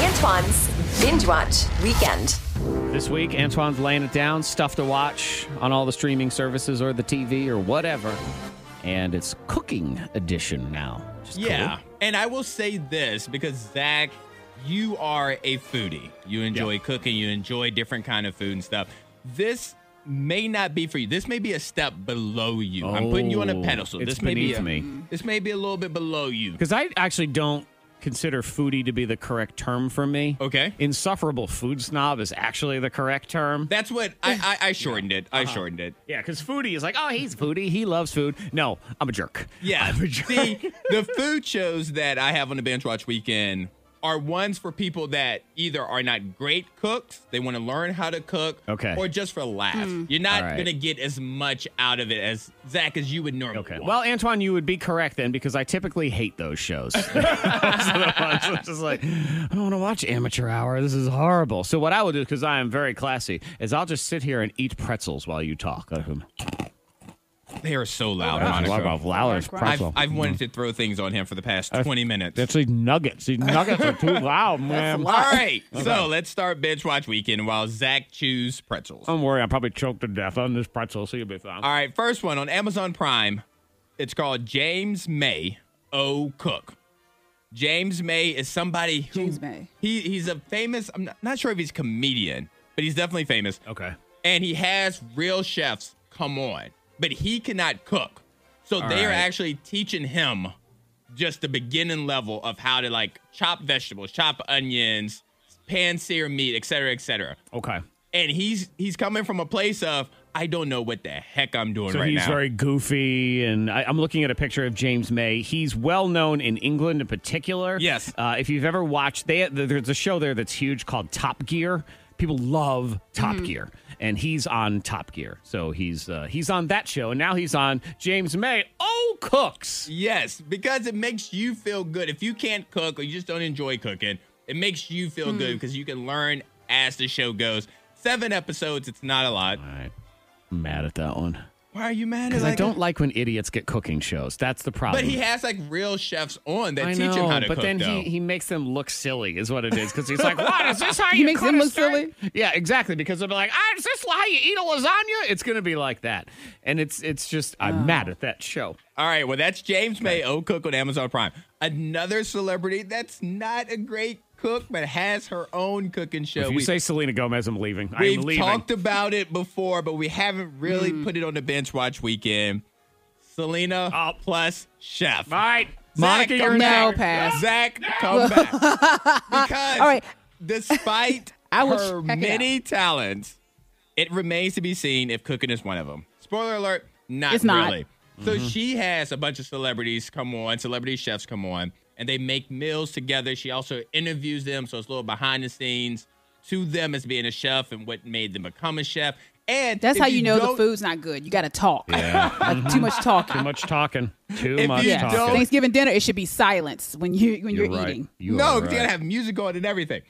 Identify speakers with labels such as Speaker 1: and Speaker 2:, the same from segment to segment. Speaker 1: Antoine's Binge Watch Weekend.
Speaker 2: This week, Antoine's laying it down, stuff to watch on all the streaming services or the TV or whatever. And it's cooking edition now. which is
Speaker 3: Yeah.
Speaker 2: cool.
Speaker 3: And I will say this because Zach, you are a foodie. You enjoy cooking, you enjoy different kind of food and stuff. This may not be for you. This may be a step below you. I'm putting you on a
Speaker 2: Oh,
Speaker 3: pedestal.
Speaker 2: it's
Speaker 3: this may be
Speaker 2: beneath
Speaker 3: a,
Speaker 2: me.
Speaker 3: This may be a little bit below you.
Speaker 2: Because I actually don't consider foodie to be the correct term for me.
Speaker 3: Okay.
Speaker 2: Insufferable food snob is actually the correct term.
Speaker 3: That's what I I, I shortened it.
Speaker 2: Uh-huh.
Speaker 3: I shortened it.
Speaker 2: yeah, because foodie is like, oh, he's foodie. He loves food. No, I'm a jerk.
Speaker 3: Yeah. See, the food shows that I have on the Bench Watch weekend are ones for people that either are not great cooks, they want to learn how to cook,
Speaker 2: Okay.
Speaker 3: or just for laugh. You're not
Speaker 2: All right.
Speaker 3: going to get as much out of it as Zach as you would normally.
Speaker 2: Okay.
Speaker 3: want.
Speaker 2: Well, Antoine, you would be correct then because I typically hate those shows. Those are the ones that's just like, I don't want to watch amateur hour. This is horrible. So what I will do, because I am very classy, is I'll just sit here and eat pretzels while you talk.
Speaker 3: they are so loud,
Speaker 2: Talk
Speaker 3: Monica.
Speaker 2: about Lowler's
Speaker 3: I've,
Speaker 2: pretzel.
Speaker 3: I've wanted to throw things on him for the past 20 minutes.
Speaker 2: Mm-hmm. That's these nuggets. These nuggets are too loud, man.
Speaker 3: All right. So let's start Bench Watch weekend while Zach chews pretzels.
Speaker 2: Don't worry, I'm probably choked to death on this pretzel, so you'll be fine.
Speaker 3: All right, first one on Amazon Prime. It's called James May O. Cook. James May is somebody who
Speaker 4: James May.
Speaker 3: He he's a famous. I'm not, not sure if he's a comedian, but he's definitely famous.
Speaker 2: Okay.
Speaker 3: And he has real chefs come on, but he cannot cook, so they are
Speaker 2: right.
Speaker 3: actually teaching him just the beginning level of how to like chop vegetables, chop onions, pan sear meat, et cetera, et cetera.
Speaker 2: Okay.
Speaker 3: And he's he's coming from a place of I don't know what the heck I'm doing
Speaker 2: So
Speaker 3: right
Speaker 2: he's
Speaker 3: now.
Speaker 2: very goofy, and I, I'm looking at a picture of James May. He's well known in England, in particular.
Speaker 3: Yes.
Speaker 2: Uh, if you've ever watched, they there's a show there that's huge called Top Gear. People love Top Gear, and he's on Top Gear, so he's uh, he's on that show, and now he's on James May. Oh, cooks!
Speaker 3: Yes, because it makes you feel good. If you can't cook or you just don't enjoy cooking, it makes you feel good because you can learn as the show goes. Seven episodes, it's not a lot.
Speaker 2: All right, I'm mad at that one
Speaker 3: Why are you mad?
Speaker 2: because
Speaker 3: at
Speaker 2: I don't like when idiots get cooking shows. That's the problem.
Speaker 3: But he has like real chefs on that
Speaker 2: I
Speaker 3: teach
Speaker 2: know,
Speaker 3: him how to
Speaker 2: but
Speaker 3: cook.
Speaker 2: then
Speaker 3: though.
Speaker 2: he, he makes them look silly, is what it is. Because he's like, "What is this? How
Speaker 4: He
Speaker 2: you
Speaker 4: makes
Speaker 2: cut
Speaker 4: them
Speaker 2: a
Speaker 4: look
Speaker 2: steak?"
Speaker 4: silly?
Speaker 2: Yeah, exactly. Because they'll be like, ah, "Is this how you eat a lasagna?" It's going to be like that, and it's it's just I'm mad at that show.
Speaker 3: All right, well, that's James May O Cook on Amazon Prime. Another celebrity that's not a great cook, but has her own cooking show.
Speaker 2: if you
Speaker 3: We-
Speaker 2: say Selena Gomez, I'm leaving. I'm
Speaker 3: We've
Speaker 2: leaving.
Speaker 3: talked about it before, but we haven't really put it on the bench watch weekend. Selena
Speaker 2: Oh.
Speaker 3: plus Chef.
Speaker 2: All right,
Speaker 3: Zach,
Speaker 2: Monica,
Speaker 3: come
Speaker 2: you're
Speaker 3: back.
Speaker 4: No, pass.
Speaker 3: Zach, come back. Because
Speaker 4: All right.
Speaker 3: despite
Speaker 4: I will
Speaker 3: her
Speaker 4: check it
Speaker 3: many talents, it remains to be seen if cooking is one of them. Spoiler alert, not
Speaker 4: It's not. Mm-hmm.
Speaker 3: really. So she has a bunch of celebrities come on, celebrity chefs come on, and they make meals together. She also interviews them, so it's a little behind the scenes to them as being a chef and what made them become a chef. And
Speaker 4: That's
Speaker 3: if
Speaker 4: how you, know
Speaker 3: don't-
Speaker 4: the food's not good. You got to talk. Like, too much talking.
Speaker 2: Too much talking. Too
Speaker 3: If
Speaker 2: much
Speaker 3: you
Speaker 4: yeah.
Speaker 2: talking.
Speaker 3: don't-
Speaker 4: Thanksgiving dinner, it should be silence when you when you're,
Speaker 2: You're right.
Speaker 4: eating.
Speaker 2: You
Speaker 3: no,
Speaker 2: are
Speaker 3: because you
Speaker 2: right.
Speaker 3: gotta have music on and everything.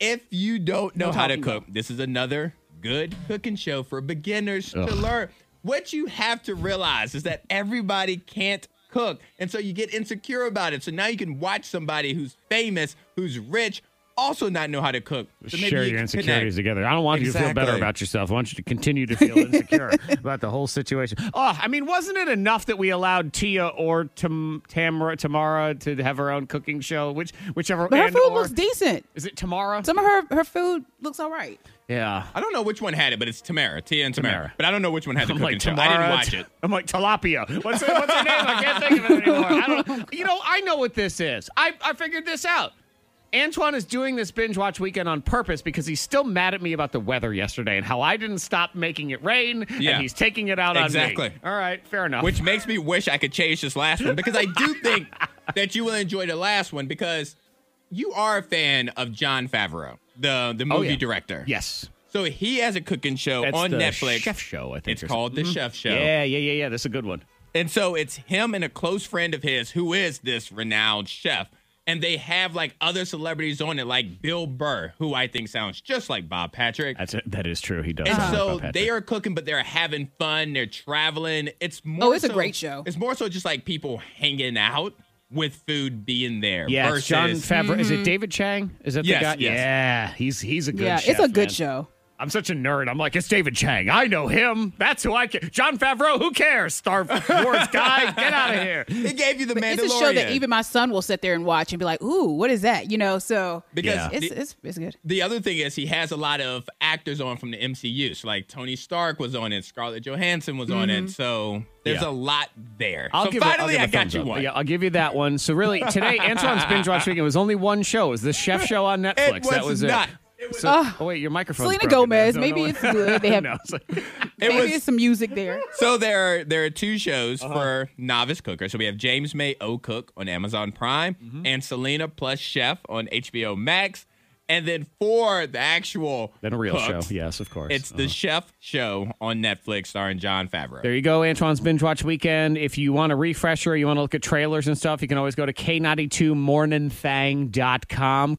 Speaker 3: If you don't know
Speaker 4: No
Speaker 3: how to
Speaker 4: talking
Speaker 3: cook, this is another good cooking show for beginners to learn. What you have to realize is that everybody can't cook, and so you get insecure about it. So now you can watch somebody who's famous, who's rich, also not know how to cook. So maybe
Speaker 2: share
Speaker 3: you
Speaker 2: your
Speaker 3: can
Speaker 2: insecurities
Speaker 3: connect.
Speaker 2: together. I don't want you to feel better
Speaker 3: Exactly.
Speaker 2: about yourself. I want you to continue to feel insecure about the whole situation. Oh, I mean, wasn't it enough that we allowed Tia or Tam- Tamara, Tamara to have her own cooking show? Which whichever.
Speaker 4: But her
Speaker 2: and
Speaker 4: food
Speaker 2: or-
Speaker 4: looks decent.
Speaker 2: Is it Tamara?
Speaker 4: Some of her her food looks all right.
Speaker 2: yeah.
Speaker 3: I don't know which one had it, but it's Tamara, Tia and Tamara.
Speaker 2: Tamara.
Speaker 3: But I don't know which one had the
Speaker 2: I'm
Speaker 3: cooking
Speaker 2: like
Speaker 3: show.
Speaker 2: Tamara.
Speaker 3: I didn't watch it.
Speaker 2: I'm like tilapia. What's her, what's her name? I can't think of it anymore. I don't. You know, I know what this is. I I figured this out. Antoine is doing this binge watch weekend on purpose because he's still mad at me about the weather yesterday and how I didn't stop making it rain.
Speaker 3: Yeah.
Speaker 2: And he's taking it out on
Speaker 3: Exactly.
Speaker 2: me. All right, fair enough.
Speaker 3: Which makes me wish I could change this last one because I do think that you will enjoy the last one because you are a fan of John Favreau, the the movie
Speaker 2: Oh, yeah.
Speaker 3: director.
Speaker 2: yes,
Speaker 3: So he has a cooking show
Speaker 2: That's
Speaker 3: on
Speaker 2: the
Speaker 3: Netflix.
Speaker 2: Chef Show, I think
Speaker 3: It's
Speaker 2: or Mm-hmm.
Speaker 3: called The Chef Show.
Speaker 2: yeah, yeah, yeah, yeah. That's a good one.
Speaker 3: And so it's him and a close friend of his who is this renowned chef. And they have like other celebrities on it, like Bill Burr, who I think sounds just like Bob Patrick.
Speaker 2: That's it. that is true. He does.
Speaker 3: And
Speaker 2: sound like
Speaker 3: so
Speaker 2: Bob Uh-huh. Patrick.
Speaker 3: they are cooking, but they're having fun. They're traveling. It's more.
Speaker 4: Oh, it's a
Speaker 3: so-
Speaker 4: great show.
Speaker 3: It's more so just like people hanging out with food being there.
Speaker 2: Yeah, it's
Speaker 3: versus
Speaker 2: John Favreau. Is it David Chang? Is that
Speaker 3: Yes,
Speaker 2: the guy?
Speaker 3: yes.
Speaker 2: Yeah, he's he's a good.
Speaker 4: Mm-hmm. yeah,
Speaker 2: chef,
Speaker 4: it's a good
Speaker 2: man.
Speaker 4: show.
Speaker 2: I'm such a nerd. I'm like, it's David Chang. I know him. That's who I care. John Favreau. Who cares? Star Wars guy, get out of here.
Speaker 3: it gave you the Mandalorian.
Speaker 4: It's a show that even my son will sit there and watch and be like, "Ooh, what is that?" You know. So
Speaker 3: because
Speaker 2: Yeah.
Speaker 3: the-
Speaker 4: it's it's it's good.
Speaker 3: the other thing is he has a lot of actors on from the MCU. So like Tony Stark was on it, Scarlett Johansson was on
Speaker 4: Mm-hmm.
Speaker 3: it. So there's
Speaker 2: Yeah.
Speaker 3: a lot there.
Speaker 2: I'll
Speaker 3: so
Speaker 2: give
Speaker 3: finally
Speaker 2: it, I'll give it a
Speaker 3: I got
Speaker 2: thumbs
Speaker 3: you
Speaker 2: up.
Speaker 3: one.
Speaker 2: Yeah, I'll give you that one. So really, today Antoine's binge watch weekend was only one show. It was the chef show on Netflix. that was
Speaker 3: was not.
Speaker 2: it. So, oh wait, your microphone.
Speaker 4: Selena Gomez. Maybe it's good. They have maybe
Speaker 3: was-
Speaker 4: it's some music there.
Speaker 3: So there are there are two shows
Speaker 2: Uh-huh.
Speaker 3: for novice cookers. So we have James May O Cook on Amazon Prime
Speaker 2: Mm-hmm.
Speaker 3: and Selena Plus Chef on HBO Max. And then for the actual
Speaker 2: Then a real
Speaker 3: cooks,
Speaker 2: show. Yes, Uh-huh. of course.
Speaker 3: It's the Chef Show on Netflix starring John Favreau.
Speaker 2: There you go, Antoine's binge watch weekend. If you want a refresher, you want to look at trailers and stuff, you can always go to K92morningthang.com.